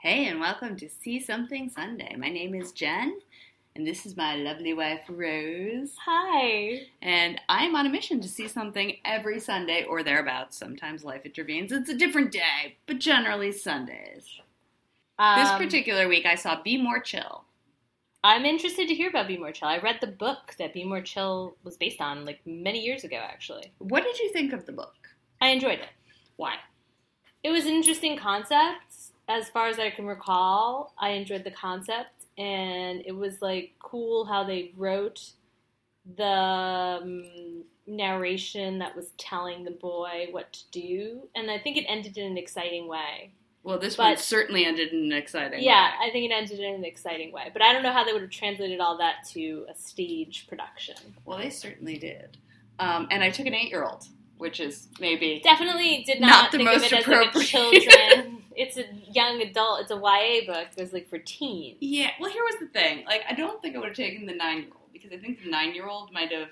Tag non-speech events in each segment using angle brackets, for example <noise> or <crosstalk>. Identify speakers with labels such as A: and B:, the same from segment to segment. A: Hey, and welcome to See Something Sunday. My name is Jen, and this is my lovely wife, Rose.
B: Hi.
A: And I'm on a mission to see something every Sunday or thereabouts. Sometimes life intervenes, it's a different day, but generally Sundays. this
B: Um,
A: particular week, I saw Be More Chill.
B: I'm interested to hear about Be More Chill. I read the book that Be More Chill was based on, like many years ago, actually.
A: What did you think of the book?
B: I enjoyed it.
A: Why?
B: It was an interesting concept, as far as I can recall. I enjoyed the concept, and it was like cool how they wrote the um, narration that was telling the boy what to do, and I think it ended in an exciting way.
A: Well, this
B: But-
A: one certainly ended in an exciting
B: Yeah,
A: way.
B: I think it ended in an exciting way, but I don't know how they would have translated all that to a stage production.
A: Well, they certainly did. Um, and I took an eight year old, which is maybe.
B: Definitely did not,
A: Not the
B: think
A: most
B: of it as like a
A: appropriate.
B: children. it's a young adult. It's a YA book. It was like for teens.
A: Yeah, well, here was the thing. Like, I don't think I would have taken the nine year old because I think the nine year old might have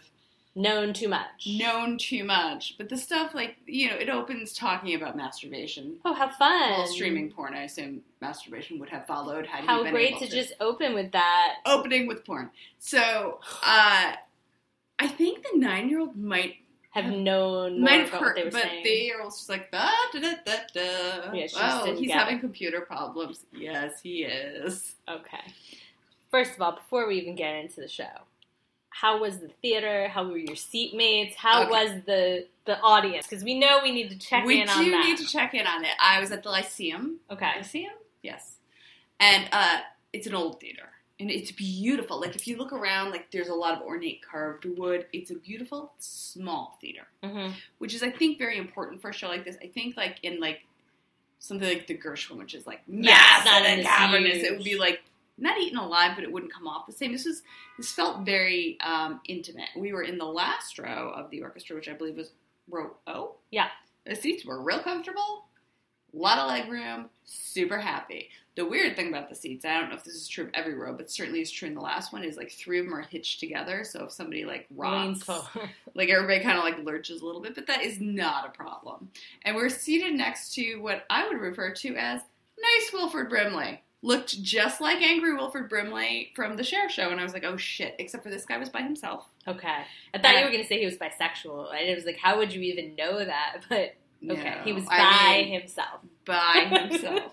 B: Known too much.
A: known too much. But the stuff, like, you know, it opens talking about masturbation.
B: Oh, how fun!
A: Well, streaming porn, I assume masturbation would have followed had
B: How
A: you been
B: great
A: able
B: to, just open with that.
A: opening with porn. So, uh, I think the nine year old might
B: Have known more
A: might have
B: about
A: heard,
B: what they were
A: but
B: saying.
A: the year old's just like da da da da da.
B: Yeah, she just
A: oh,
B: didn't
A: he's
B: get
A: having computer problems. Yes, he is.
B: Okay. First of all, before we even get into the show, how was the theater? How were your seatmates? How
A: Okay.
B: was the the audience? Because we know we need to check
A: we
B: in
A: do
B: on that.
A: need to check in on it. I was at the Lyceum.
B: okay.
A: Lyceum? Yes. And uh, it's an old theater. And it's beautiful. Like if you look around, like there's a lot of ornate carved wood. It's a beautiful small theater.
B: hmm
A: which is I think very important for a show like this. I think like in like something like the Gershwin, which is like
B: Yeah, it's not
A: massive and
B: as
A: cavernous,
B: huge.
A: it would be like not eaten alive, but it wouldn't come off the same. This was this felt very um, intimate. We were in the last row of the orchestra, which I believe was row O.
B: Yeah.
A: the seats were real comfortable. A lot of leg room, super happy. The weird thing about the seats, I don't know if this is true of every row, but certainly is true in the last one, is like three of them are hitched together. So if somebody like
B: Leans
A: rocks,
B: forward.
A: like everybody kind of like lurches a little bit, but that is not a problem. And we're seated next to what I would refer to as nice Wilford Brimley. Looked just like angry Wilford Brimley from the Share Show, and I was like, oh shit, except for this guy was by himself.
B: <laughs> Okay. I thought you were going to say he was bisexual. And it was like, how would you even know that? <laughs> But okay,
A: No,
B: he was by
A: I mean,
B: himself.
A: by himself.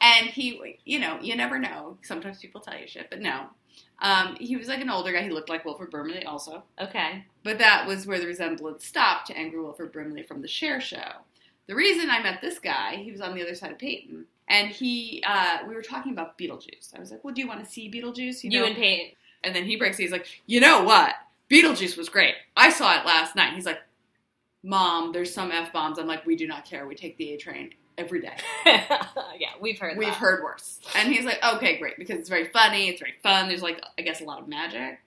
A: and he, you know, you never know. Sometimes people tell you shit, but no. Um, he was like an older guy. He looked like Wilford Brimley also.
B: Okay.
A: But that was where the resemblance stopped to Angry Wilford Brimley from the Share Show. The reason I met this guy, he was on the other side of Peyton, and he, uh, we were talking about Beetlejuice. I was like, "Well, do you want to see Beetlejuice?"
B: You,
A: know?
B: and Peyton. <laughs>
A: and then he breaks. it. He's like, "You know what? Beetlejuice was great. I saw it last night." He's like, "Mom, there's some f bombs." I'm like, "We do not care. We take the A train every day."
B: yeah, <laughs> we've heard
A: We've
B: that.
A: heard worse. And he's like, "Okay, great, because it's very funny. It's very fun. There's like, I guess, a lot of magic."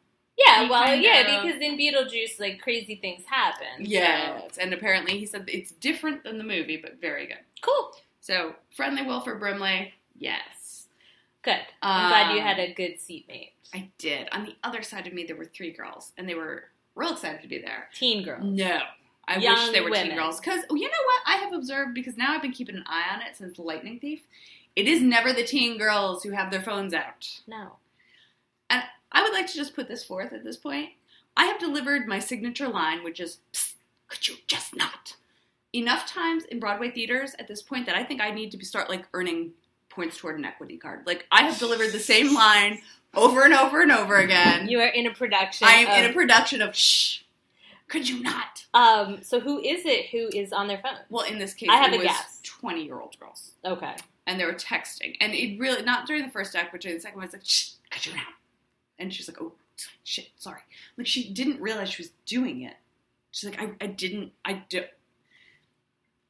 B: Yeah,
A: He
B: well,
A: kinda-
B: yeah, because in Beetlejuice, like, crazy things happen. so-
A: Yes. And apparently, he said it's different than the movie, but very good.
B: Cool.
A: So friendly Wilford Brimley, yes.
B: Good. I'm glad you
A: Um,
B: had a good seatmate.
A: I did. On the other side of me, there were three girls, and they were real excited to be there.
B: Teen girl.
A: No, I wish
B: Young
A: they were teen
B: women.
A: girls because you know what I have observed because now I've been keeping an eye on it since the Lightning Thief. It is never the teen girls who have their phones out.
B: No.
A: I would like to just put this forth at this point. I have delivered my signature line, which is, Psst, could you just not? Enough times in Broadway theaters at this point that I think I need to be- start like earning points toward an equity card. Like I have delivered the same line over and over and over again.
B: You are in a production.
A: I am
B: of-
A: in a production of shh. Could you not?
B: Um, so who is it who is on their phone?
A: Well, in this case,
B: I have
A: it
B: a
A: was
B: guess.
A: twenty-year-old girls,
B: Okay.
A: and they were texting, and it really not during the first act, but during the second one, it's like shh. Could you not? And she's like, oh shit, sorry. Like she didn't realize she was doing it. She's like, I, I didn't, I do.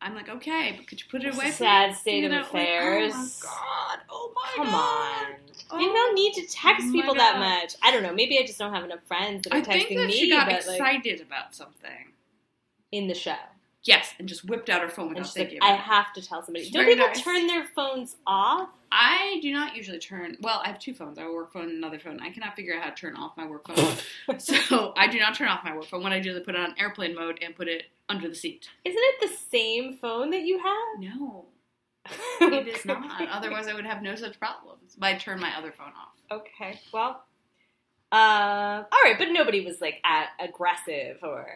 A: I'm like, okay, but could you put it
B: It's a
A: away?
B: sad
A: please?"
B: state of
A: like,
B: affairs.
A: oh my god! Oh my
B: Come
A: god! Oh,
B: on. you don't need to text
A: my
B: people
A: God.
B: that much. I don't know. Maybe I just don't have enough friends that are
A: I
B: texting
A: think that
B: me.
A: she got
B: but, like,
A: excited about something.
B: in the show.
A: Yes, and just whipped out her phone
B: And
A: without
B: she's like,
A: thinking.
B: I
A: about it.
B: have to tell somebody.
A: She's
B: Don't
A: very
B: people
A: nice.
B: turn their phones off?
A: I do not usually turn. Well, I have two phones. I have a work phone and another phone. I cannot figure out how to turn off my work phone, so I do not turn off my work phone. What I do is I put it on airplane mode and put it under the seat.
B: Isn't it the same phone that you have?
A: No. It
B: <laughs>
A: is not. Otherwise, I would have no such problems. But I turn my other phone off.
B: Okay. Well, uh, all right, but nobody was like a- aggressive or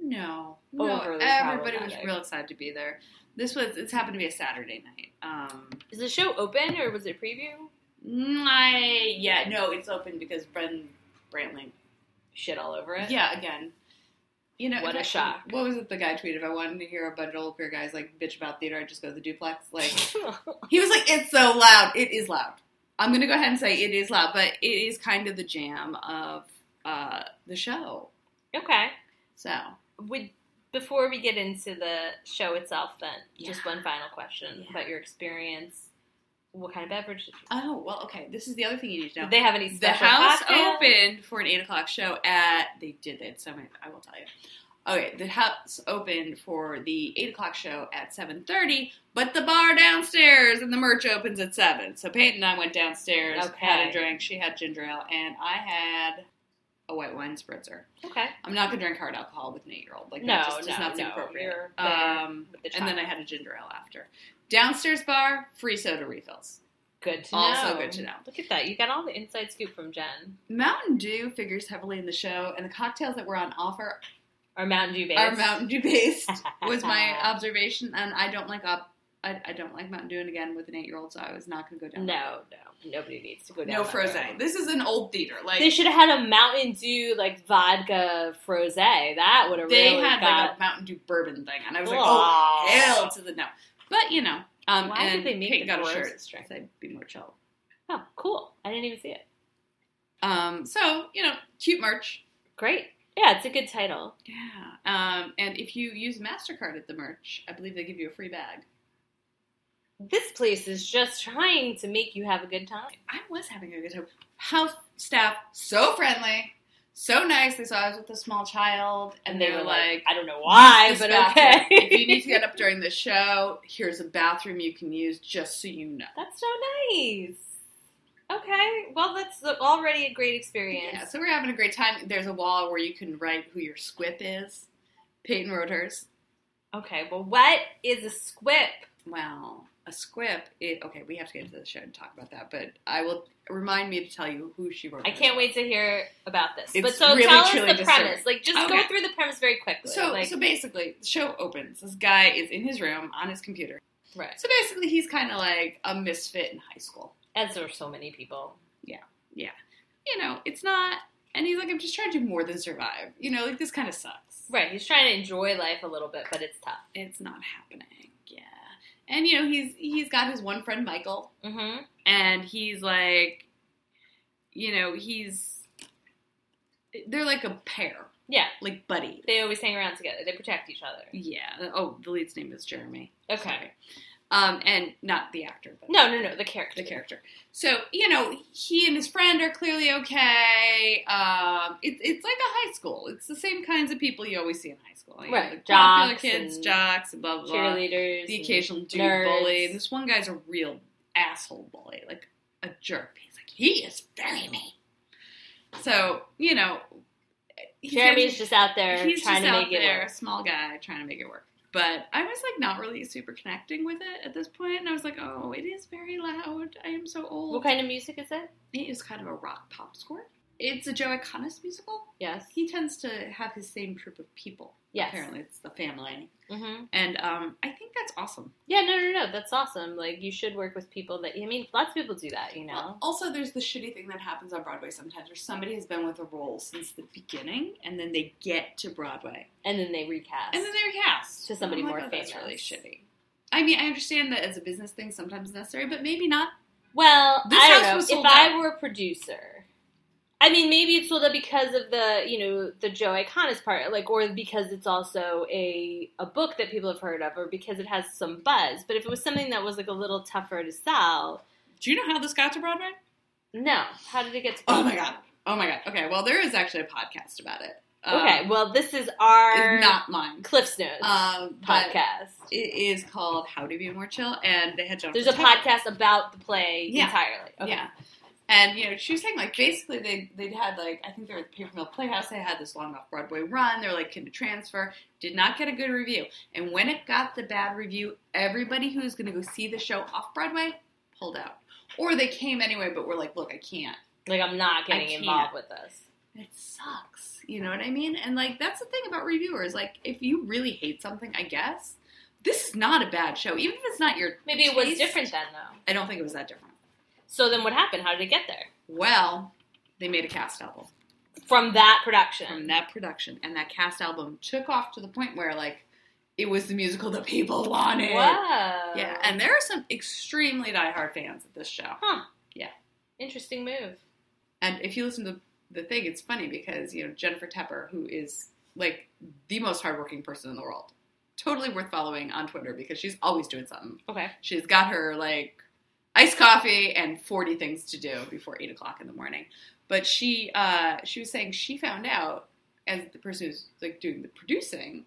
A: No, no.
B: Overly
A: everybody was
B: problematic.
A: real excited to be there. This was. It's happened to be a Saturday night. Um,
B: is the show open or was it preview?
A: I yeah no, it's open because Bren Brantley.
B: Shit all over it.
A: Yeah, again. You know
B: What
A: if
B: a
A: I-
B: shock.
A: What was it? The guy tweeted. If I wanted to hear a Bud Olapir guy's like bitch about theater, I just go to the duplex. Like He was like, "It's so loud. It is loud." I'm gonna go ahead and say it is loud, but it is kind of the jam of uh, the show.
B: <laughs> okay.
A: So
B: Would before we get into the show itself, then just one final question
A: Yeah.
B: about your experience. What kind of beverage? Did you
A: oh well, okay. This is the other thing you need to know.
B: Did they have any
A: the
B: special
A: house
B: cocktail?
A: opened for an eight o'clock show at they did they had so many I will tell you. Okay, the house opened for the eight o'clock show at seven thirty, but the bar downstairs and the merch opens at seven. So Peyton and I went downstairs, had
B: Okay.
A: a drink. She had ginger ale, and I had a white wine spritzer.
B: Okay.
A: I'm not gonna drink hard alcohol with an eight year old. Like
B: No,
A: that just does
B: no,
A: not seem
B: no.
A: appropriate.
B: You're there
A: Um,
B: with the
A: and then I
B: child.
A: had a ginger ale after. Downstairs bar, free soda refills.
B: Good to know.
A: Also good to know.
B: Look at that. You got all the inside scoop from Jen.
A: Mountain Dew figures heavily in the show, and the cocktails that were on offer
B: Our Mountain Dew base.
A: are Mountain Dew based. was
B: <laughs>
A: my observation, and I don't like up. I, I don't like Mountain Dew, and again with an eight year old, so I was not gonna go down. that
B: No, no. Nobody needs to go
A: road.
B: down
A: no
B: that
A: frozen.
B: road.
A: This is an old theater. Like
B: They should have had a Mountain Dew like vodka froze. That would have
A: they
B: really
A: had
B: got.
A: like a Mountain Dew bourbon thing, and I was like, oh
B: Aw.
A: hell to the no. But you know, um,
B: Why did
A: and
B: they make
A: Kate
B: the
A: got a
B: dwarves
A: shirt.
B: drink?
A: So I'd be more chill.
B: Oh, cool! I didn't even see it.
A: Um, so you know, cute merch.
B: Great. Yeah, it's a good title.
A: Yeah. Um, and if you use Mastercard at the merch, I believe they give you a free bag.
B: This place is just trying to make you have a good time.
A: I was having a good time. House staff so friendly, so nice. They saw I was with a small child, and, they, were like,
B: "I don't know why,
A: "Use this
B: but
A: bathroom.
B: okay."
A: if
B: <laughs>
A: you need to get up during the show, here's a bathroom you can use, just so you know."
B: That's so nice. Okay, well, that's already a great experience.
A: Yeah, so we're having a great time. There's a wall where you can write who your squip is. Peyton wrote hers.
B: Okay, well, what is a squip?
A: Well, a squip. It, okay, we have to get into the show and talk about that, but I will remind me to tell you who she wrote.
B: I
A: hers
B: can't
A: for.
B: wait to hear about this.
A: It's
B: but so
A: really,
B: tell us
A: truly
B: the
A: disturbing.
B: premise. Like, just go
A: Okay.
B: through the premise very quickly.
A: So,
B: like,
A: so basically, the show opens. This guy is in his room on his computer.
B: right.
A: So basically, he's kind of like a misfit in high school.
B: As there are so many people.
A: You know, it's not. And he's like, I'm just trying to do more than survive. You know, like this kind of sucks.
B: Right, he's trying to enjoy life a little bit, but it's tough.
A: It's not happening. Yeah. And you know, he's he's got his one friend Michael,
B: Mm-hmm.
A: and he's like, you know, he's they're like a pair,
B: Yeah,
A: like buddy.
B: they always hang around together. They protect each other.
A: Yeah. Oh, the lead's name is Jeremy.
B: Okay.
A: Um, and not the actor, but
B: No, no, no, the character.
A: the character. So you know, he and his friend are clearly okay. Um, it, it's like a high school. It's the same kinds of people you always see in high school. You know,
B: Right.
A: like popular
B: Jocks
A: kids,
B: and
A: jocks, and blah blah. blah.
B: Cheerleaders.
A: The
B: and-
A: occasional dude
B: nerds.
A: bully. And this one guy's a real asshole bully, like a jerk. He's like, he is very mean. So you know, he's
B: Jeremy's just out there
A: he's
B: trying
A: just
B: to
A: out
B: make
A: there, a
B: it work.
A: small guy trying to make it work. But I was like not really super connecting with it at this point, and I was like, oh, it is very loud. I am so old.
B: What kind of music is it?
A: It is kind of a rock pop score. It's a Joe Iconis musical.
B: Yes.
A: He tends to have his same troop of people.
B: Yes.
A: Apparently, it's the family.
B: Mm-hmm.
A: And um, I think that's awesome.
B: Yeah, no, no, no. That's awesome. Like, you should work with people that, I mean, lots of people do that, you know?
A: Also, there's the shitty thing that happens on Broadway sometimes where somebody has been with a role since the beginning and then they get to Broadway.
B: And then they recast.
A: And then they're cast. Oh
B: To somebody
A: I'm
B: more
A: that's
B: famous."
A: really shitty. I mean, I understand that as a business thing, sometimes necessary, but maybe not.
B: well,
A: This
B: I don't
A: house
B: know.
A: was
B: If
A: sold
B: I
A: out.
B: were a producer, I mean, maybe it's sold out because of the, you know, the Joe Iconis part, like, or because it's also a a book that people have heard of, or because it has some buzz. But if it was something that was like a little tougher to sell,
A: Do you know how this got to Broadway?
B: no. How did it get to?
A: Oh my god. Oh my god. Okay. Well, there is actually a podcast about it. Um,
B: Okay, well, this is our
A: It's not mine.
B: Cliff's Notes
A: Um, but
B: podcast.
A: it is called How to Be More Chill, and they had Jonathan.
B: There's a
A: Tucker.
B: podcast about the play
A: Yeah.
B: entirely. Okay.
A: Yeah. And you know, she was saying like basically they they'd had like I think they were at the Paper Mill Playhouse. They had this long off Broadway run. They were like, can we transfer? Did not get a good review. And when it got the bad review, everybody who was going to go see the show off Broadway pulled out, or they came anyway, but were like, look, I can't.
B: Like I'm not getting
A: can't.
B: involved with this.
A: It sucks. You know what I mean? And like that's the thing about reviewers. Like if you really hate something, I guess this is not a bad show, even if it's not your.
B: Maybe it was
A: taste.
B: different then though.
A: I don't think it was that different.
B: So then what happened? How did it get there?
A: Well, they made a cast album.
B: From that production.
A: from that production and that cast album took off to the point where like it was the musical that people wanted.
B: Wow.
A: Yeah, and there are some extremely diehard fans of this show.
B: Huh.
A: Yeah.
B: Interesting move.
A: And if you listen to the thing, it's funny because you know Jennifer Tepper, who is like the most hardworking person in the world, totally worth following on Twitter because she's always doing something.
B: Okay.
A: She's got her like iced coffee and 40 things to do before 8 o'clock in the morning. But she uh, she was saying she found out as the person who's like doing the producing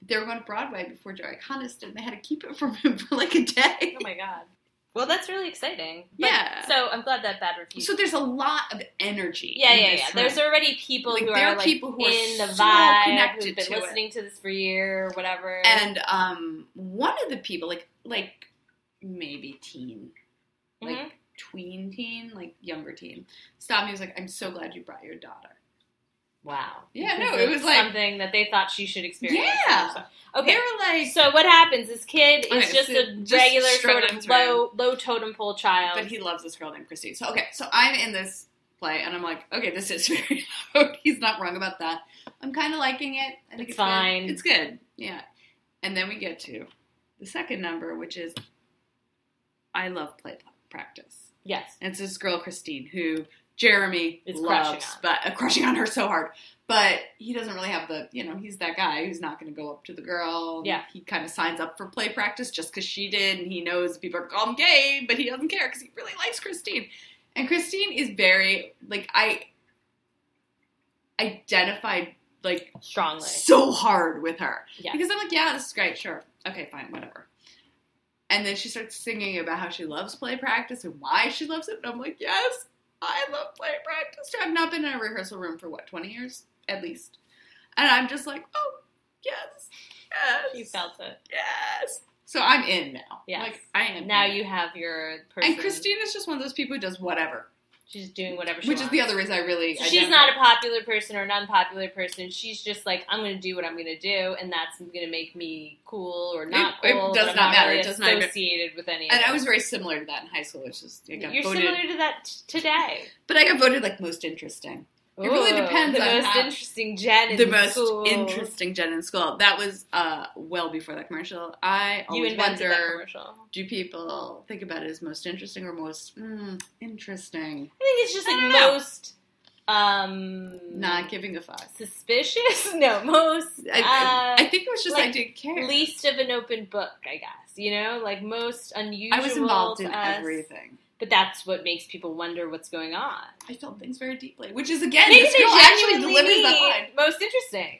A: that they were going to Broadway before Jerry Connist did, and they had to keep it from him <laughs> for like a day.
B: Oh my god. Well, that's really exciting. But-
A: Yeah.
B: So I'm glad that bad review.
A: So there's a lot of energy.
B: yeah,
A: in
B: yeah,
A: this
B: yeah.
A: room.
B: There's already people
A: Like,
B: who
A: there
B: are,
A: are
B: like
A: people who are
B: in the
A: so
B: vibe,
A: connected
B: who've been
A: to it.
B: listening to this for a year or whatever.
A: and um, one of the people like like maybe teen like
B: Mhm.
A: tween teen like younger teen stopped me and was like i'm so glad you brought your daughter
B: wow.
A: Yeah,
B: Because
A: no, it
B: it's
A: was like-
B: something that they thought she should experience.
A: Yeah.
B: Okay.
A: they were like
B: So what happens? This kid is
A: Okay,
B: just
A: so
B: a
A: just
B: regular sort
A: struggling
B: of
A: through.
B: low, low totem pole child.
A: but he loves this girl named Christine. So okay, so I'm in this play and I'm like, okay, this is <laughs> very loud. He's not wrong about that. I'm kind of liking it. I think
B: It's
A: it's, fine.
B: fine.
A: It's good. Yeah. And then we get to the second number, which is I love play pla- practice.
B: yes.
A: And it's this girl Christine who Jeremy
B: Is
A: loves,
B: crushing on.
A: but uh, crushing on her so hard. But he doesn't really have the, you know, he's that guy who's not going to go up to the girl.
B: Yeah.
A: He kind of signs up for play practice just because she did, and he knows people are call him gay, but he doesn't care because he really likes Christine. And Christine is very like I identified like
B: Strongly.
A: so hard with her.
B: Yeah.
A: Because I'm like, yeah, this is great, sure. Okay, fine, whatever. And then she starts singing about how she loves play practice and why she loves it. And I'm like, yes, I love play practice. I've not been in a rehearsal room for what, 20 years? At least. And I'm just like, oh, yes,
B: You
A: yes,
B: felt it.
A: yes. So I'm in now.
B: Yes.
A: Like, I am.
B: Now
A: in.
B: you have your person.
A: And Christine is just one of those people who does whatever,
B: She's doing whatever she
A: which is
B: wants.
A: the other reason I really.
B: So she's
A: identify.
B: not a popular person or an unpopular person. She's just like, I'm going to do what I'm going to do, and that's going to make me cool or not
A: It- it
B: cool.
A: does
B: but I'm
A: not matter.
B: Really
A: It does not even-
B: associated with any.
A: And
B: of
A: I
B: it.
A: was very similar to that in high school, which is I got
B: You're
A: voted,
B: similar to that t- today.
A: but I got voted like most interesting. It really
B: Ooh,
A: depends
B: the
A: on
B: most
A: how-
B: interesting Jen in
A: the most
B: school.
A: interesting Jen in school. That was uh, well before that commercial. I
B: You
A: always
B: invented that
A: wonder
B: commercial. I
A: do people think about it as most interesting or most mm, interesting?
B: think it's just
A: I
B: like
A: don't know.
B: most um
A: Not giving a fuck.
B: suspicious. <laughs> No, most
A: I, I-
B: uh,
A: I think it was just
B: like,
A: I didn't care.
B: least of an open book, I guess. You know, like most unusual.
A: I was involved in
B: to us,
A: everything.
B: but that's what makes people wonder what's going on.
A: I felt things very deeply, which is again,
B: Maybe
A: this
B: they
A: girl actually
B: genuinely
A: delivers that
B: mean
A: line.
B: most interesting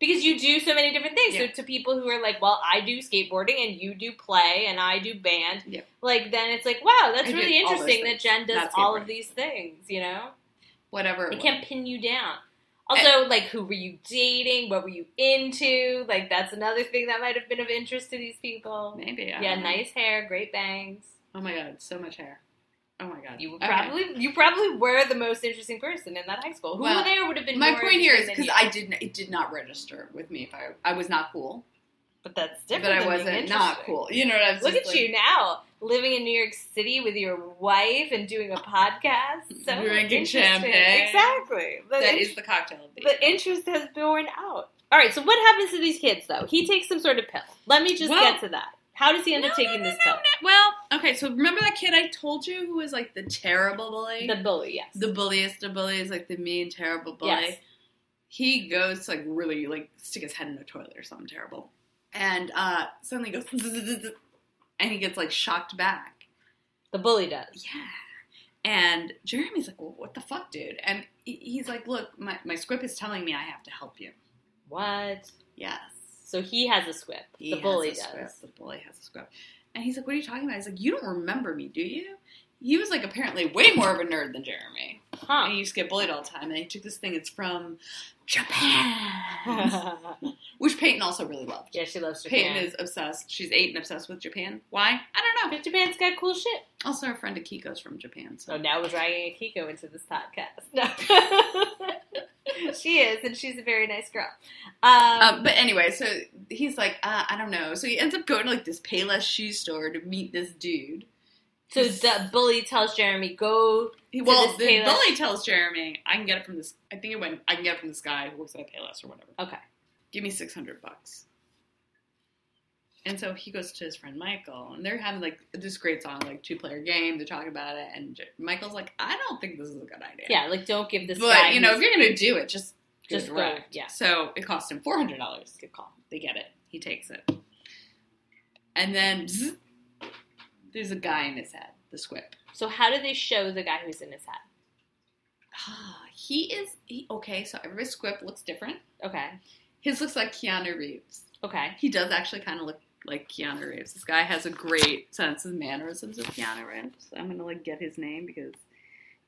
B: because you do so many different things.
A: Yeah.
B: So to people who are like, "Well, I do skateboarding and you do play and I do band,"
A: Yeah.
B: like then it's like, "Wow, that's
A: I
B: really
A: did all those
B: interesting that
A: things,
B: Jen does
A: not
B: all of
A: skateboarding.
B: these things." You know,
A: Whatever.
B: they
A: it
B: can't pin you down. Also, like, who were you dating? What were you into? Like, that's another thing that might have been of interest to these people.
A: was. Maybe. I
B: Yeah,
A: don't know.
B: nice hair, great bangs.
A: Oh my god, so much hair. Oh my god.
B: You were
A: Okay.
B: probably you probably were the most interesting person in that high school. Who
A: Well,
B: there would have been
A: My
B: more
A: point here is
B: interesting than
A: because
B: you?
A: I didn't. It did not register with me. If I I was not cool,
B: but that's
A: but
B: different.
A: I
B: than being
A: wasn't not
B: interesting.
A: cool. You know what I'm
B: Look at you now, living in New York City with your wife and doing a podcast. So
A: Drinking
B: interesting.
A: champagne.
B: exactly. The,
A: That
B: in-
A: is the cocktail. of the
B: the interest has borne out. All right, so what happens to these kids though? He takes some sort of pill. Let me just
A: Well-
B: get to that. How does he end up
A: No,
B: taking
A: no, no,
B: this
A: no, no. Well, okay, so remember that kid I told you who was like the terrible bully?
B: pill? The bully, yes.
A: The, bulliest of bullies, like the mean, terrible bully.
B: Yes.
A: He goes to like really like stick his head in a toilet or something terrible. And uh suddenly goes "Zzz-zzz-zzz," and he gets like shocked back.
B: The bully does.
A: Yeah. And Jeremy's like, well, what the fuck, dude? And he- he's like, look, my, my squip is telling me I have to help you.
B: What?
A: Yes.
B: So he has a squib.
A: He
B: the bully
A: has a
B: does.
A: squib. The bully has a squib. And he's like, What are you talking about? He's like, You don't remember me, do you? He was like apparently way more of a nerd than Jeremy.
B: Huh.
A: And he used to get bullied all the time. And he took this thing, it's from Japan, which Peyton also really loved.
B: <laughs> yeah, she loves Japan.
A: Peyton is obsessed. She's eight and obsessed with Japan. Why? I don't know.
B: But Japan's got cool shit.
A: Also, our friend Akiko's from Japan.
B: So
A: So
B: now we're <laughs> dragging Akiko into this podcast.
A: <laughs>
B: No. she is, and she's a very nice girl. Um,
A: Um, but anyway, so he's like, uh, I don't know. So he ends up going to like this Payless shoe store to meet this dude.
B: so the bully tells Jeremy, go.
A: He,
B: To
A: well,
B: this
A: the
B: Payless-
A: bully tells Jeremy, I can get it from this. I think it went. I can get it from this guy who works at Payless or whatever.
B: Okay.
A: Give me six hundred bucks. And so he goes to his friend Michael, and they're having like this great song, like two player game. They're talking about it, and J- Michael's like, I don't think this is a good idea.
B: Yeah, like, don't give this guy.
A: But you know, if you're gonna do it, just do
B: Just
A: it
B: go,
A: direct.
B: yeah.
A: So it cost him four hundred dollars.
B: Good call.
A: They get it. He takes it. And then zzz, there's a guy in his head, the squib.
B: So how do they show the guy who's in his hat?
A: Ah, <sighs> he is he, okay. So everybody's squib looks different.
B: Okay.
A: His looks like Keanu Reeves.
B: Okay.
A: He does actually kind of look like Keanu Reeves. This guy has a great sense of mannerisms of Keanu Reeves. I'm gonna like get his name because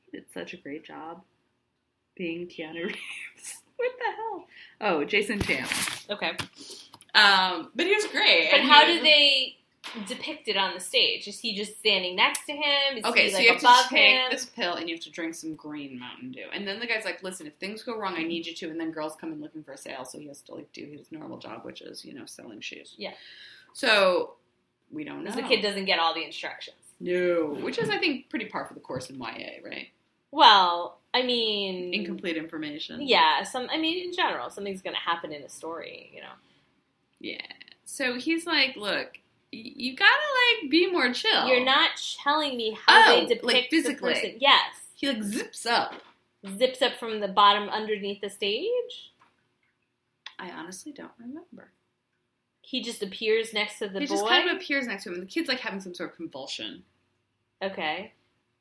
A: he did such a great job being Keanu <laughs> Reeves. what the hell? Oh, Jason Tam.
B: Okay.
A: Um, but he was great.
B: But
A: And
B: how
A: he-
B: do they depict it on the stage? Is he just standing next to him? Is
A: Okay,
B: he,
A: so
B: like,
A: you have to
B: above
A: take
B: him?
A: this pill and you have to drink some green Mountain Dew. And then the guy's like, "Listen, if things go wrong, I need you to." And then girls come in looking for a sale, so he has to like do his normal job, which is you know selling shoes.
B: Yeah.
A: So we don't know.
B: 'Cause The kid doesn't get all the instructions.
A: No, which is I think pretty par for the course in YA, right?
B: Mm-hmm. Well, I mean,
A: Incomplete information.
B: Yeah, some. I mean, in general, something's going to happen in a story. You know.
A: So he's like, "Look, y- you gotta like be more chill."
B: You're not telling me how
A: Oh,
B: they depict
A: like physically.
B: the person. Yes,
A: He like zips up.
B: zips up from the bottom underneath the stage.
A: I honestly don't remember.
B: He just appears next to the
A: he
B: boy.
A: just kind of appears next to him, and the kid's like having some sort of convulsion.
B: okay,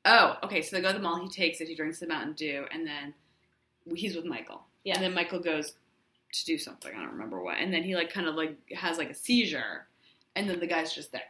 A: Oh, okay. So they go to the mall. He takes it. He drinks the Mountain Dew, and then he's with Michael.
B: yeah.
A: And then Michael goes to do something. I don't remember what. And then he like kind of like has like a seizure, and then the guy's just there.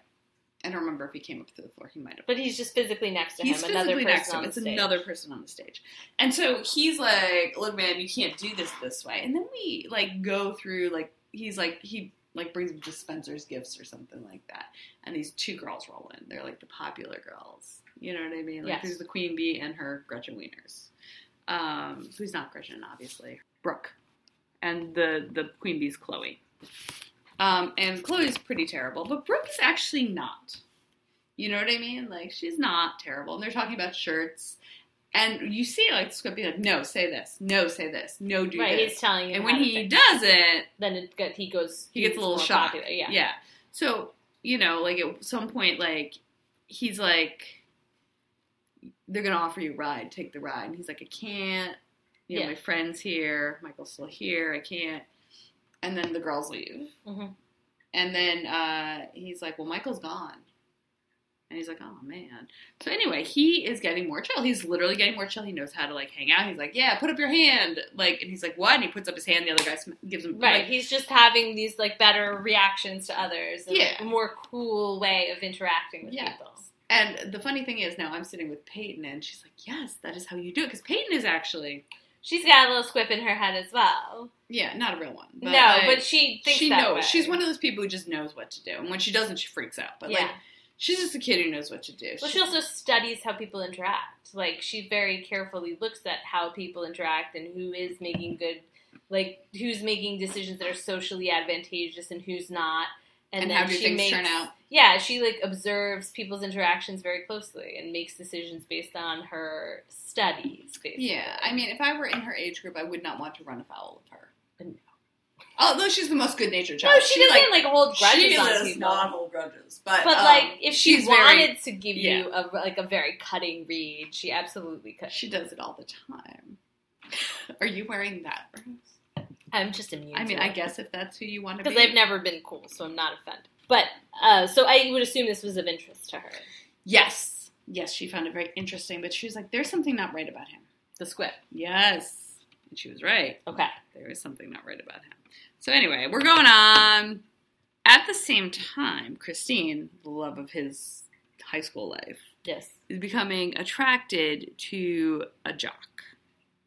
A: I don't remember if he came up to the floor. He might have.
B: but he's just physically next to
A: He's
B: him. Another
A: physically
B: person
A: next to
B: on
A: him.
B: the
A: It's
B: stage.
A: another person on the stage, and so he's like, "Look, man, you can't do this this way." And then we like go through like he's like he like brings him dispensers gifts or something like that, and these two girls roll in. They're like the popular girls, you know what I mean? Like
B: Yes.
A: there's the queen bee and her Gretchen Wieners, um, who's not Gretchen, obviously, Brooke, and the the queen bee's Chloe. Um, and Chloe's pretty terrible, but Brooke is actually not. You know what I mean? Like she's not terrible. And they're talking about shirts, and you see like Squid being like, "No, say this. No, say this. No, do
B: right.
A: this."
B: He's telling you.
A: And when
B: how to
A: he
B: think.
A: does it,
B: then it got, he goes.
A: he gets a
B: he's
A: little
B: more
A: shocked.
B: popular, Yeah.
A: yeah. So you know, like at some point, like he's like, "They're gonna offer you a ride. Take the ride." And he's like, "I can't. You know,
B: Yeah.
A: my friend's here. Michael's still here. I can't." And then the girls leave.
B: Mhm.
A: And then uh, he's like, "Well, Michael's gone." And he's like, "Oh man." So anyway, he is getting more chill. He's literally getting more chill. He knows how to like hang out. He's like, "Yeah, put up your hand." Like, and he's like, "What?" And he puts up his hand. The other guy sm- gives him
B: Right,
A: like,
B: he's just having these like better reactions to others, and, like,
A: Yeah.
B: a more cool way of interacting with
A: Yeah.
B: people.
A: And the funny thing is, now I'm sitting with Peyton, and she's like, "Yes, that is how you do it." Because Peyton is actually,
B: She's got a little squip in her head as well.
A: yeah, not a real one.
B: no,
A: like,
B: but she thinks
A: she
B: that
A: knows.
B: way.
A: She's one of those people who just knows what to do, and when she doesn't, she freaks out. But
B: yeah.
A: like, she's just a kid who knows what to do.
B: well, she also studies how people interact. Like she very carefully looks at how people interact and who is making good, like who's making decisions that are socially advantageous and who's not. And,
A: and,
B: then
A: how do
B: she
A: things
B: makes,
A: turn out?
B: Yeah, she like observes people's interactions very closely and makes decisions based on her studies. Basically.
A: Yeah, I mean, if I were in her age group, I would not want to run afoul of her.
B: But no.
A: Although she's the most good-natured
B: No,
A: child.
B: she, doesn't like, hold grudges
A: she
B: on
A: does
B: people.
A: not hold grudges, but
B: But
A: um,
B: like, if she
A: she's very-
B: wanted to give you a like a very cutting read, she absolutely could.
A: she does it all the time. <laughs> Are you wearing that? Bruce?
B: I'm just immune.
A: I mean,
B: to
A: I guess if that's who you want to be.
B: because I've never been cool, so I'm not offended. But uh, so I would assume this was of interest to her.
A: Yes. Yes, she found it very interesting, but she was like, there's something not right about him.
B: The squib.
A: Yes. And she was right.
B: Okay.
A: There is something not right about him. So, anyway, we're going on. At the same time, Christine, the love of his high school life,
B: Yes.
A: is becoming attracted to a jock.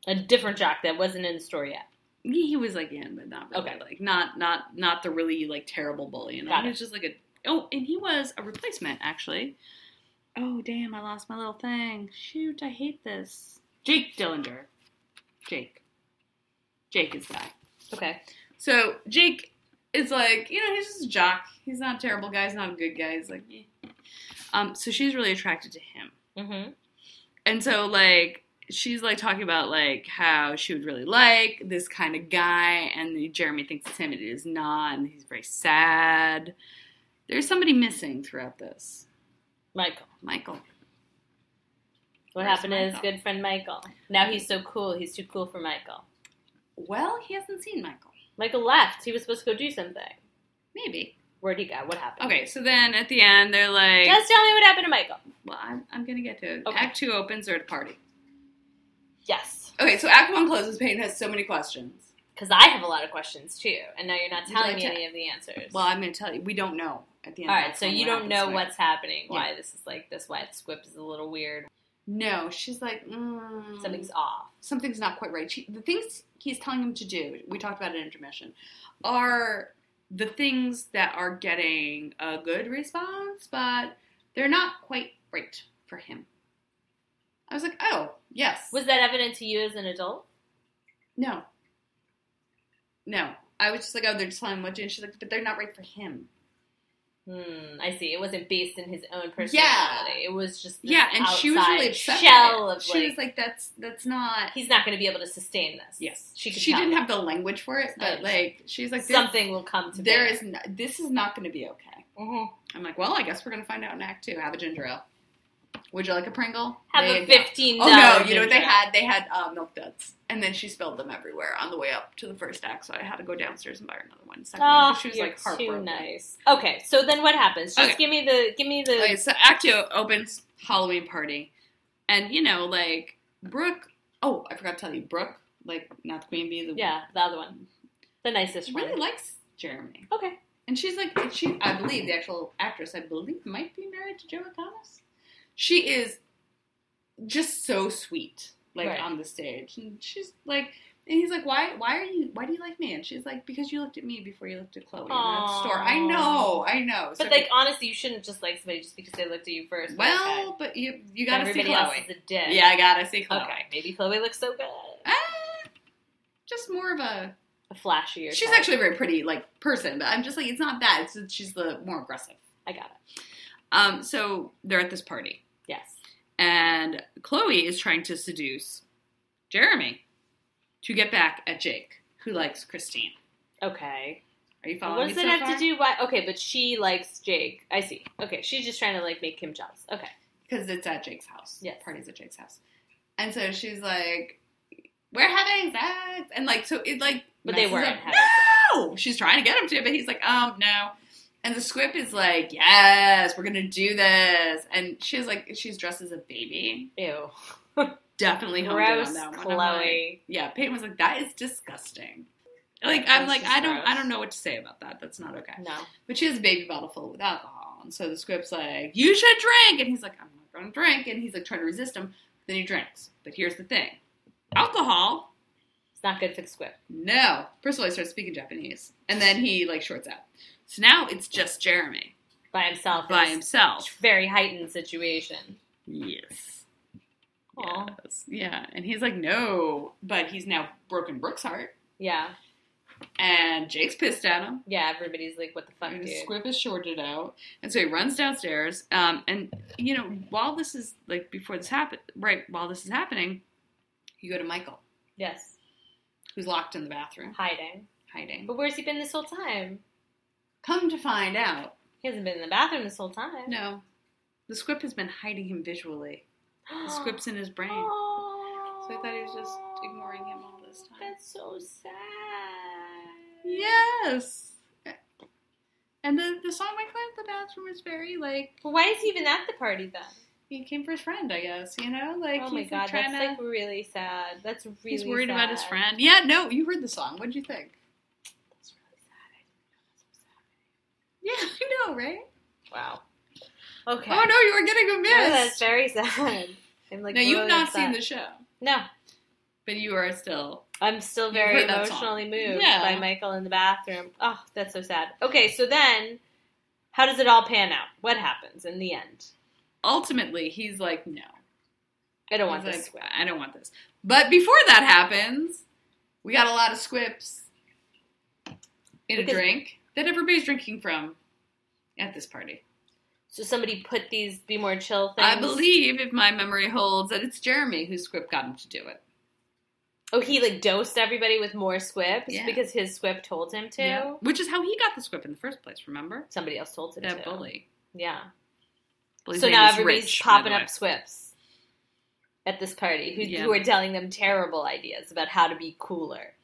B: A different jock that wasn't in the store yet.
A: He he was like in, but not really.
B: Okay.
A: Like not not not the really like terrible bully. And
B: Got
A: he
B: it.
A: was just like a oh, and he was a replacement actually. Oh damn! I lost my little thing. Shoot! I hate this. Jake Dillinger. Jake. Jake is that.
B: Okay.
A: So Jake is like, you know, he's just a jock. He's not a terrible guy. He's not a good guy. He's like, eh. um. So she's really attracted to him,
B: Mm-hmm.
A: and so like she's like talking about like how she would really like this kind of guy, and Jeremy thinks it's him. It is not, and he's very sad. There's somebody missing throughout this.
B: Michael.
A: Michael.
B: What
A: Where's
B: happened to his
A: Michael?
B: good friend Michael? Now he's so cool. He's too cool for Michael.
A: Well, he hasn't seen Michael.
B: Michael left. He was supposed to go do something.
A: Maybe.
B: Where'd he go? What happened?
A: Okay. So then at the end, they're like,
B: Just tell me what happened to Michael.
A: well, I'm, I'm gonna get to it.
B: Okay.
A: Act two opens. They're at a party.
B: Yes.
A: Okay. So Act one closes. Peyton has so many questions.
B: Because I have a lot of questions too, and now you're not
A: You'd
B: telling
A: like
B: me
A: to-
B: any of the answers.
A: Well, I'm going to tell you. We don't know at the end. of
B: all right,
A: that
B: so
A: film
B: you
A: what
B: don't
A: happens
B: know
A: to her.
B: what's happening. Why this is like this? Why the squib is a little weird?
A: No, she's like mm,
B: Something's off.
A: something's not quite right. She, the things he's telling him to do, we talked about it in intermission, are the things that are getting a good response, but they're not quite right for him. I was like, oh yes,
B: Was that evident to you as an adult?
A: no, no. I was just like, oh, they're just telling him what to do. And she's like, but they're not right for him.
B: Hmm, I see. It wasn't based in his own personality. It was just this
A: Yeah, and she was
B: outside
A: really upset. by
B: shell
A: it.
B: of
A: she
B: like,
A: was like, that's that's not.
B: he's not going to be able to sustain this.
A: Yes,
B: she could
A: she
B: tell
A: didn't
B: that.
A: have the language for it, but
B: Nice.
A: like she's like this,
B: something will come to
A: There
B: bear.
A: is mm-hmm. no, this is not going to be okay.
B: Mhm.
A: I'm like, well, I guess we're going to find out in Act Two. Have a ginger ale. Would you like a Pringle?
B: have
A: There
B: a
A: you go.
B: fifteen.
A: Oh no! You know what they had? They had uh, milk duds, and then she spilled them everywhere on the way up to the first act. So I had to go downstairs and buy her another one. Second one,
B: Oh,
A: she was
B: you're
A: like
B: too
A: heartbroken.
B: nice. Okay, so then what happens? Just
A: Okay.
B: give me the give me the
A: Okay, so Act Two opens Halloween party, and you know, like Brooke. Oh, I forgot to tell you, Brooke, like not the queen bee, the
B: yeah the other one, the nicest one.
A: really likes Jeremy.
B: Okay.
A: And she's like, and she, I believe the actual actress, I believe, might be married to Joe Thomas. She is just so sweet, like
B: Right.
A: on the stage, and she's like, and he's like, why, why are you, why do you like me? And she's like, because you looked at me before you looked at Chloe in that
B: Aw.
A: store. I know, I know.
B: But like honestly, you shouldn't just like somebody just because they looked at you first.
A: well, but you, you gotta
B: everybody
A: see
B: else
A: Chloe.
B: is a dick.
A: Yeah, I gotta see Chloe.
B: Okay. Maybe Chloe looks so good.
A: Ah, just more of a.
B: A flashier.
A: She's
B: type.
A: actually a very pretty like person, but I'm just like, it's not that. It's just she's the more aggressive.
B: I got it.
A: Um, so they're at this party.
B: Yes.
A: and Chloe is trying to seduce Jeremy to get back at Jake, who likes Christine.
B: Okay.
A: Are you following
B: What does
A: me
B: that
A: so
B: have
A: far?
B: to do? Why? Okay, but she likes Jake. I see. Okay, she's just trying to like make him jealous. Okay.
A: Because it's at Jake's house.
B: Yes.
A: party's at Jake's house, and so she's like, "We're having sex," and like so it like.
B: But they
A: messes
B: weren't
A: up.
B: having
A: No, she's trying to get him to, but he's like, "Um, no." And the squib is like, "Yes, we're gonna do this," and she's like, she's dressed as a baby.
B: Ew.
A: Definitely honed in
B: Gross,
A: on that one. I'm like,
B: Chloe.
A: Yeah, Peyton was like, "That is disgusting." Like
B: That
A: I'm
B: was
A: like
B: just
A: I don't
B: gross.
A: I don't know what to say about that. That's not okay.
B: No.
A: But she has a baby bottle full with alcohol, and so the script's like, "You should drink," and he's like, "I'm not going to drink," and he's like trying to resist him. Then he drinks. But here's the thing: alcohol,
B: It's not good for the squib.
A: no. First of all, he starts speaking Japanese, and then he like shorts out. So now it's just Jeremy
B: By himself. in
A: by
B: this
A: himself.
B: Very heightened situation.
A: Yes.
B: Aw.
A: Yes. Yeah, and he's like, "No," but he's now broken Brooke's heart,
B: Yeah.
A: and Jake's pissed at him.
B: Yeah. Everybody's like, "What the fuck,
A: And
B: dude?"
A: his squib is shorted out, and so he runs downstairs. Um, and you know, while this is like before this happen, right? While this is happening, you go to Michael,
B: Yes.
A: who's locked in the bathroom,
B: Hiding.
A: hiding.
B: But where's he been this whole time?
A: Come to find out,
B: He hasn't been in the bathroom this whole time. <gasps>
A: no, the squib has been hiding him visually.
B: <gasps>
A: The squib's in his brain, so
B: Oh.
A: I thought he was just ignoring him all this time.
B: That's so sad.
A: Yes. And the, the song Michael at the bathroom is very like
B: But why is he even at the party then?
A: he came for his friend, I guess. You know, like
B: oh my
A: he's,
B: god,
A: like,
B: that's
A: trying to.
B: like really sad. That's really
A: He's worried about his
B: sad.
A: friend. Yeah, no, you heard the song. What did you think?
B: That's really sad. <laughs> I didn't know that's so sad.
A: show, right?
B: Wow. Okay.
A: Oh no, you were getting a
B: No,
A: miss.
B: that's very sad. I'm like
A: now you've
B: really
A: not
B: upset.
A: seen the show,
B: No,
A: but you are still.
B: I'm still
A: You've
B: very
A: heard that song.
B: emotionally moved
A: Yeah.
B: by Michael in the bathroom. Oh, that's so sad. Okay, so then, how does it all pan out? What happens in the end?
A: Ultimately, he's like, no,
B: I don't want
A: He's
B: this.
A: like, I don't want this. But before that happens, we got a lot of squips in
B: Because-
A: a drink that everybody's drinking from at this party.
B: So somebody put these be more chill things.
A: I believe, if my memory holds, that it's Jeremy whose squip got him to do it.
B: Oh, he like dosed everybody with more squips
A: Yeah.
B: because his squib told him to.
A: Which is how he got the squip in the first place, remember?
B: Somebody else told him
A: That
B: to.
A: bully.
B: Yeah.
A: Bully's
B: so
A: name
B: now
A: is
B: everybody's
A: Rich, by
B: popping
A: the way.
B: up swips at this party who,
A: Yeah.
B: who are telling them terrible ideas about how to be cooler.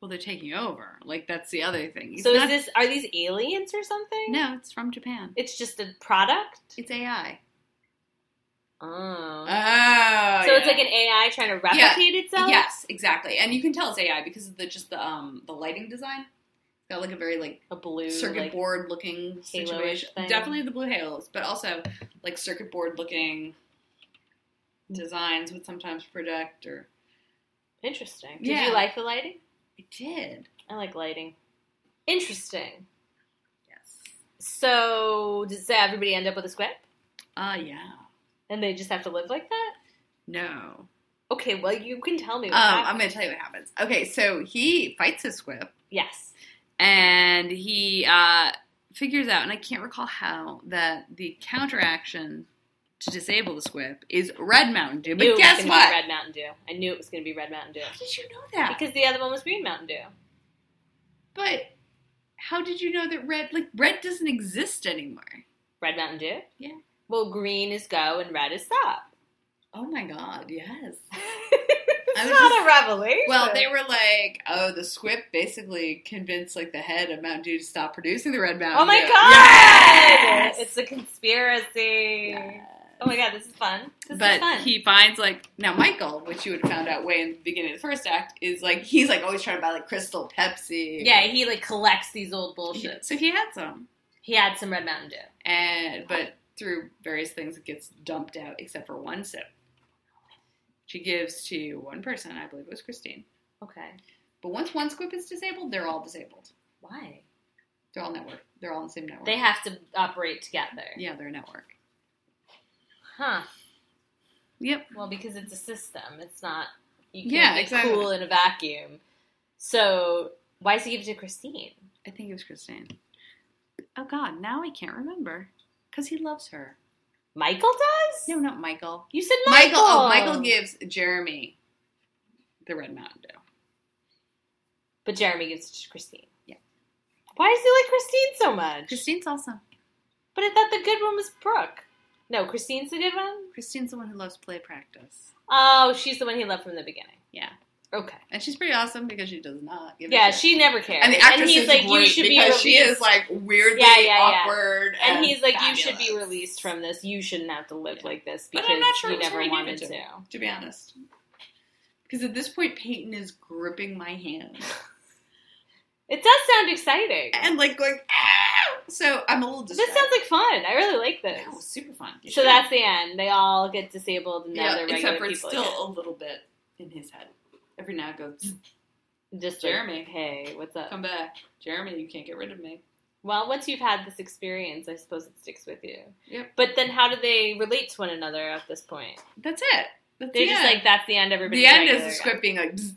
A: Well, they're taking over. Like, that's the other thing. It's
B: so
A: not-
B: is this are these aliens or something?
A: No, it's from Japan.
B: It's just a product?
A: It's AI.
B: Oh.
A: Oh.
B: so it's like an AI trying to
A: Yeah.
B: replicate itself?
A: Yes, exactly. And you can tell it's AI because of the just the um the lighting design. It's got like a very like
B: A blue
A: circuit
B: like,
A: board looking situation.
B: thing.
A: Definitely the blue halos, but also like circuit board looking designs would sometimes project or
B: Interesting. Did
A: Yeah.
B: you like the lighting?
A: it did.
B: I like lighting. Interesting.
A: Yes.
B: So does everybody end up with a squib?
A: Ah yeah.
B: And they just have to live like that?
A: No.
B: Okay, well you can tell me
A: Um,
B: what
A: I'm
B: happened.
A: gonna tell you what happens. Okay, so he fights his whip
B: Yes.
A: and he uh, figures out, and I can't recall how, that the counteraction to disable the squip is Red Mountain Dew.
B: Knew
A: But
B: it was
A: guess
B: gonna be
A: what?
B: Red Mountain Dew. I knew it was gonna be Red Mountain Dew.
A: How did you know that?
B: Because the other one was Green Mountain Dew.
A: but how did you know that red, like red, doesn't exist anymore?
B: Red Mountain Dew?
A: Yeah.
B: Well green is go and red is stop. <laughs>
A: Oh my god, yes.
B: it's
A: I
B: not
A: was just-
B: a revelation.
A: Well, they were like, oh, the squip basically convinced like the head of Mountain Dew to stop producing the Red Mountain.
B: Oh my
A: Dew.
B: god!
A: Yes!
B: It's a conspiracy. Oh my god, this is fun. This is
A: but
B: fun.
A: he finds like now Michael, which you would have found out way in the beginning of the first act, is like he's like always trying to buy like Crystal Pepsi.
B: yeah, he like collects these old bullshits.
A: So he had some,
B: He had some Red Mountain Dew.
A: and but through various things, it gets dumped out except for one sip. She gives to one person, I believe it was Christine.
B: Okay.
A: But once one squip is disabled, they're all disabled.
B: Why?
A: They're all network. They're all on the same network.
B: They have to operate together.
A: yeah, they're a network.
B: Huh.
A: Yep.
B: Well, because it's a system. It's not. You can't
A: Yeah,
B: be
A: exactly.
B: cool in a vacuum. So why does he give it to Christine?
A: I think it was Christine. Oh God, now I can't remember because he loves her.
B: Michael does.
A: No, not Michael.
B: You said Michael.
A: Michael. Oh, Michael gives Jeremy the Red Mountain Dew.
B: But Jeremy gives it to Christine.
A: Yeah.
B: Why does he like Christine so much?
A: Christine's awesome.
B: But I thought the good one was Brooke. No, Christine's the good one?
A: Christine's the one who loves play practice.
B: Oh, she's the one he loved from the beginning.
A: Yeah,
B: Okay.
A: and she's pretty awesome because she does not give.
B: Yeah,
A: a shit.
B: she never cared.
A: and the actress
B: he's
A: is
B: like,
A: great
B: you should be
A: because
B: released.
A: she is like weirdly
B: Yeah, yeah, yeah.
A: awkward. And,
B: and he's like, you should be
A: fabulous,
B: released from this. You shouldn't have to live
A: Yeah.
B: like this
A: But
B: because
A: I'm not sure
B: you
A: it was her
B: never
A: he gave
B: wanted
A: it
B: to.
A: to. To be honest, because at this point Peyton is gripping my hand
B: It does sound exciting.
A: and like going. "Ah!" So I'm a little
B: This
A: distracted.
B: sounds like fun. I really like this.
A: That was super fun. You
B: So
A: should-
B: that's the end. They all get disabled and now
A: yeah,
B: they're regular
A: except for it's
B: people.
A: still
B: again.
A: a little bit in his head. Every now it goes.
B: Just
A: Jeremy.
B: Like, hey, what's up?
A: Come back. Jeremy, you can't get rid of me.
B: Well, once you've had this experience, I suppose it sticks with you.
A: Yep.
B: But then how do they relate to one another at this point?
A: That's it. That's
B: They're
A: the
B: just
A: end.
B: like, that's the end, everybody.
A: the end is the script being like, "Bzz,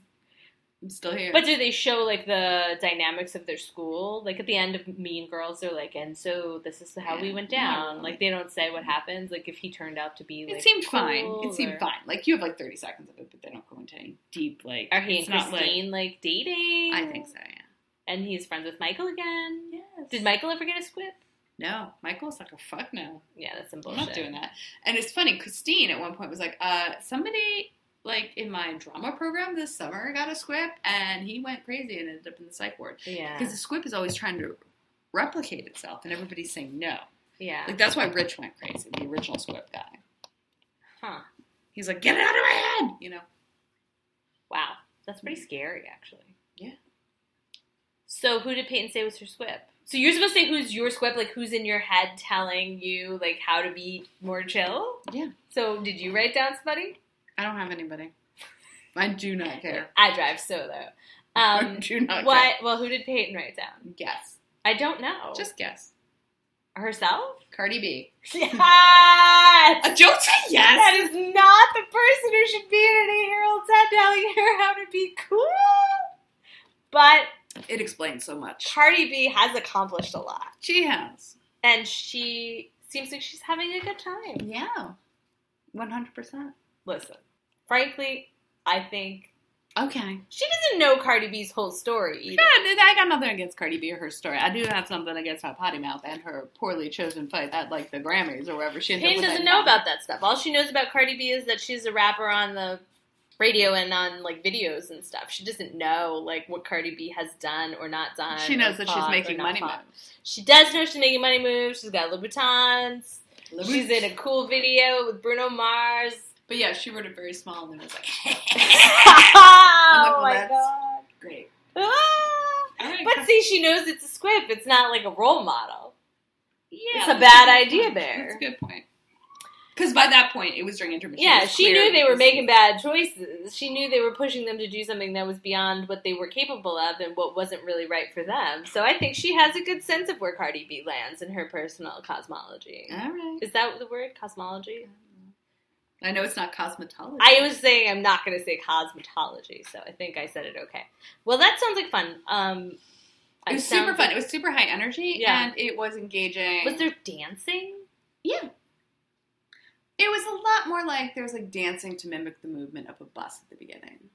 A: I'm still here.
B: But do they show, like, the dynamics of their school? Like, at the end of Mean Girls, they're like, and so this is how we
A: Yeah,
B: went
A: not
B: down.
A: really.
B: Like, they don't say what happens. Like, if he turned out to be, like,
A: it seemed fine.
B: cool
A: It seemed
B: or-
A: fine. Like you have like 30 seconds of it, but they don't go into any deep like.
B: Are he
A: it's
B: and
A: not like-
B: Christine, like, dating?
A: I think so. Yeah.
B: And he's friends with Michael again?
A: Yes.
B: Did Michael ever get a squib?
A: No, Michael's like a fuck no.
B: Yeah, that's some
A: I'm
B: bullshit.
A: not doing that. And it's funny. Christine at one point was like, uh, somebody like in my drama program this summer got a squip, and he went crazy and ended up in the psych ward
B: Yeah.
A: because the squip is always trying to replicate itself, and everybody's saying no.
B: Yeah.
A: Like that's why Rich went crazy, the original Squib guy.
B: Huh.
A: He's like, get it out of my head, you know.
B: Wow. That's pretty scary, actually.
A: Mm. Yeah.
B: So who did Peyton say was her squib? So you're supposed to say who's your squib, like who's in your head telling you like how to be more chill.
A: Yeah.
B: So did you write down somebody?
A: I don't have anybody. I do not care.
B: I drive solo.
A: I <laughs>
B: Um,
A: do not
B: what?
A: care.
B: Well, who did Peyton write down?
A: Guess.
B: I don't know.
A: Just guess. <laughs>
B: herself.
A: Cardi B.
B: Yes.
A: Uh, don't say <laughs> yes.
B: That is not the person who should be in an eight-year-old TED telling her how to be cool. But
A: It explains so much.
B: Cardi B has accomplished a lot,
A: She has.
B: and she seems like she's having a good time.
A: Yeah. One hundred percent.
B: listen, frankly, I think
A: Okay.
B: she doesn't know Cardi B's whole story either.
A: Yeah, I got nothing against Cardi B or her story. I do have something against her potty mouth and her poorly chosen fight at like the Grammys or wherever she ended up
B: Payne
A: with
B: doesn't
A: that
B: know
A: nod.
B: about that stuff. All she knows about Cardi B is that she's a rapper on the radio and on like videos and stuff. She doesn't know like what Cardi B has done or not done.
A: She knows
B: or
A: that she's
B: fought or
A: making
B: not
A: money
B: fought.
A: moves.
B: She does know she's making money moves. She's got Louboutins. She's in a cool video with Bruno Mars.
A: <laughs>
B: <laughs>
A: But yeah, she wrote it very small and then was like, <laughs>
B: oh my
A: Louboutins.
B: god. <laughs>
A: great.
B: Ah.
A: I'm gonna
B: But
A: cut-
B: see, she knows it's a squib. It's not like a role model.
A: yeah,
B: it's
A: that's
B: a bad
A: good
B: idea
A: point.
B: there.
A: That's a good point. Because by that point, it was during intermission. It
B: Yeah,
A: was
B: she
A: clear
B: knew they
A: that
B: were
A: this
B: making
A: was-
B: bad choices. She knew they were pushing them to do something that was beyond what they were capable of and what wasn't really right for them. So I think she has a good sense of where Cardi B lands in her personal cosmology.
A: All right.
B: Is that the word? Cosmology?
A: I know it's not cosmetology.
B: I was saying I'm not going to say cosmetology, so I think I said it okay. Well, that sounds like fun. Um,
A: It was
B: sounds
A: super fun.
B: like-
A: It was super high energy,
B: Yeah.
A: and it was engaging.
B: was there dancing?
A: Yeah. It was a lot more like there was like dancing to mimic the movement of a bus at the beginning.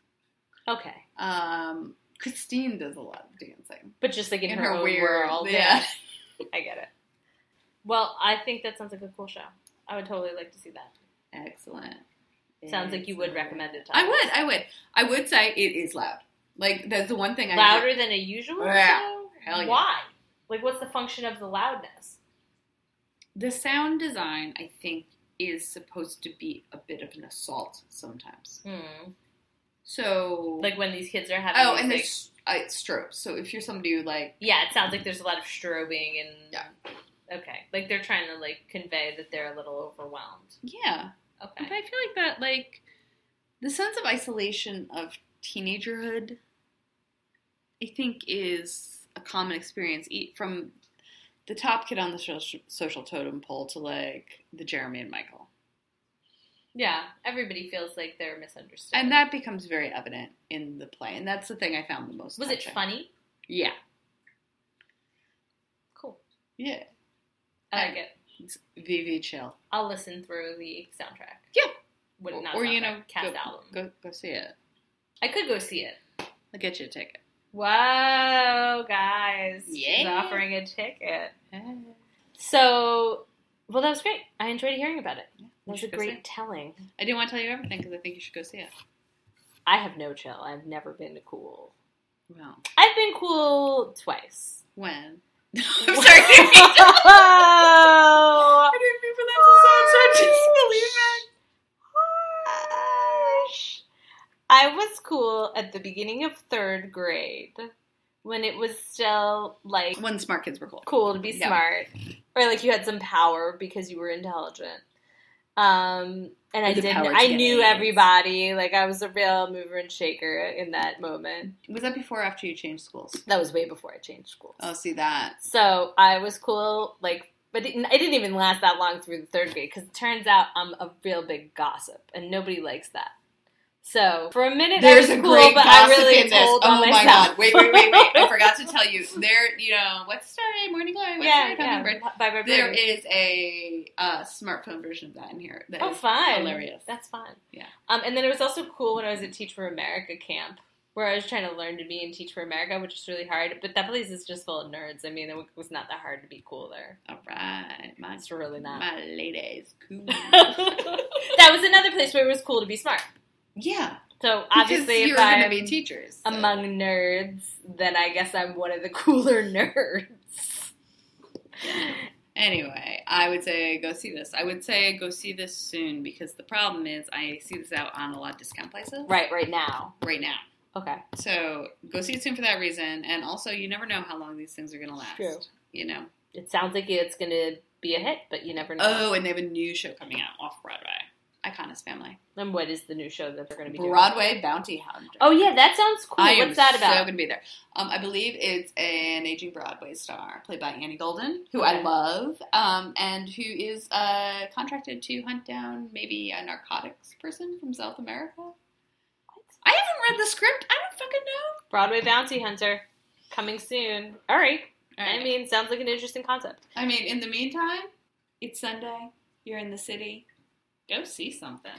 B: Okay,
A: Um, Christine does a lot of dancing
B: but just like in, her, own
A: weird-
B: world.
A: Yeah,
B: <laughs> I get it. Well, I think that sounds like a cool show. I would totally like to see that.
A: <laughs> excellent.
B: Sounds like you would
A: Excellent.
B: recommend it to
A: I
B: us.
A: would. I would. I would say it is loud. Like that's the one thing. I
B: Louder than a usual
A: Yeah.
B: show?
A: Hell yeah.
B: Why? Like, what's the function of the loudness?
A: The sound design, I think, is supposed to be a bit of an assault sometimes.
B: Hmm.
A: So
B: Like when these kids are having.
A: oh,
B: these,
A: and
B: like-
A: there's uh, strobes. So if you're somebody who like
B: yeah, it sounds like there's a lot of strobing and.
A: Yeah.
B: Okay, like they're trying to like convey that they're a little overwhelmed.
A: yeah, But
B: Okay.
A: I feel like that, like, the sense of isolation of teenagerhood, I think, is a common experience e- from the top kid on the social, social totem pole to, like, the Jeremy and Michael.
B: Yeah, everybody feels like they're misunderstood.
A: And that becomes very evident in the play. And that's the thing I found the most.
B: was it
A: touching.
B: funny?
A: Yeah.
B: Cool.
A: Yeah. Uh,
B: I like it.
A: It's VV Chill.
B: I'll listen through the soundtrack.
A: Yeah.
B: Would
A: Or-
B: not
A: or, you
B: soundtrack,
A: know,
B: cast
A: go,
B: album.
A: Go, go see it.
B: I could go see it.
A: I'll get you a ticket.
B: Whoa, guys! She's
A: Yeah.
B: offering a ticket. So, well, that was great. I enjoyed hearing about it.
A: Yeah,
B: It was a
A: should go see
B: great
A: it.
B: telling.
A: I didn't want to tell you everything because I think you should go see it.
B: I have no chill. I've never been to cool.
A: Well,
B: I've been cool twice. <laughs>
A: when? <laughs> I'm sorry. I didn't mean for that to sound so
B: <laughs>
A: disbelieving.
B: Harsh. I was cool at the beginning of third grade when it was still like
A: When smart kids were cool.
B: cool to be
A: Yeah.
B: smart or like you had some power because you were intelligent um and i
A: The
B: didn't
A: power
B: i
A: to
B: knew
A: get A's.
B: everybody like i was a real mover and shaker in that moment
A: Was that before or after you changed schools?
B: that was way before i changed schools
A: Oh, see that.
B: so i was cool like but it, it didn't even last that long through the third grade because it turns out i'm a real big gossip and nobody likes that so for a <laughs> minute
A: There's
B: I was
A: a
B: cool,
A: great
B: but I
A: gossip
B: really
A: in this.
B: told
A: oh
B: on
A: my
B: myself.
A: god! Wait, wait, wait, wait! I forgot to tell you. There, you know, what's today? Morning glory. What's
B: <laughs> yeah,
A: today?
B: yeah.
A: Hummingbird?
B: Bye, bye, bye.
A: There is a uh, smartphone version of that in here. That
B: Oh,
A: is
B: fun!
A: hilarious.
B: That's fun.
A: Yeah.
B: Um, and then it was also cool when I was at Teach for America camp, where I was trying to learn to be in Teach for America, which is really hard. But that place is just full of nerds. I mean, it was not that hard to be cool there.
A: All right, my
B: It's really not.
A: my ladies,
B: <laughs>
A: cool.
B: that was another place where it was cool to be smart.
A: yeah,
B: So
A: because
B: obviously,
A: you're
B: if
A: going to
B: I'm
A: be teachers. so-
B: among nerds, then I guess I'm one of the <laughs> cooler nerds.
A: Anyway, I would say go see this. I would say go see this soon because the problem is I see this out on a lot of discount places
B: Right, right now.
A: right now.
B: Okay.
A: So go see it soon for that reason. And also, you never know how long these things are going to last.
B: True.
A: you know.
B: It sounds like it's going to be a hit, but you never know.
A: Oh, and they have a new show coming out off Broadway. Iconis Family.
B: And what is the new show that they're going to be doing?
A: Broadway Bounty Hunter.
B: Oh yeah, that sounds cool.
A: I am
B: What's that
A: so
B: about?
A: going to be there. Um, I believe it's an aging Broadway star played by Annie Golden, who I
B: Okay.
A: love, um, and who is uh, contracted to hunt down maybe a narcotics person from South America. I haven't read the script. I don't fucking know.
B: Broadway Bounty Hunter coming soon. All right. I mean, sounds like an interesting concept.
A: I mean, in the meantime, it's Sunday. You're in the city. Go see something.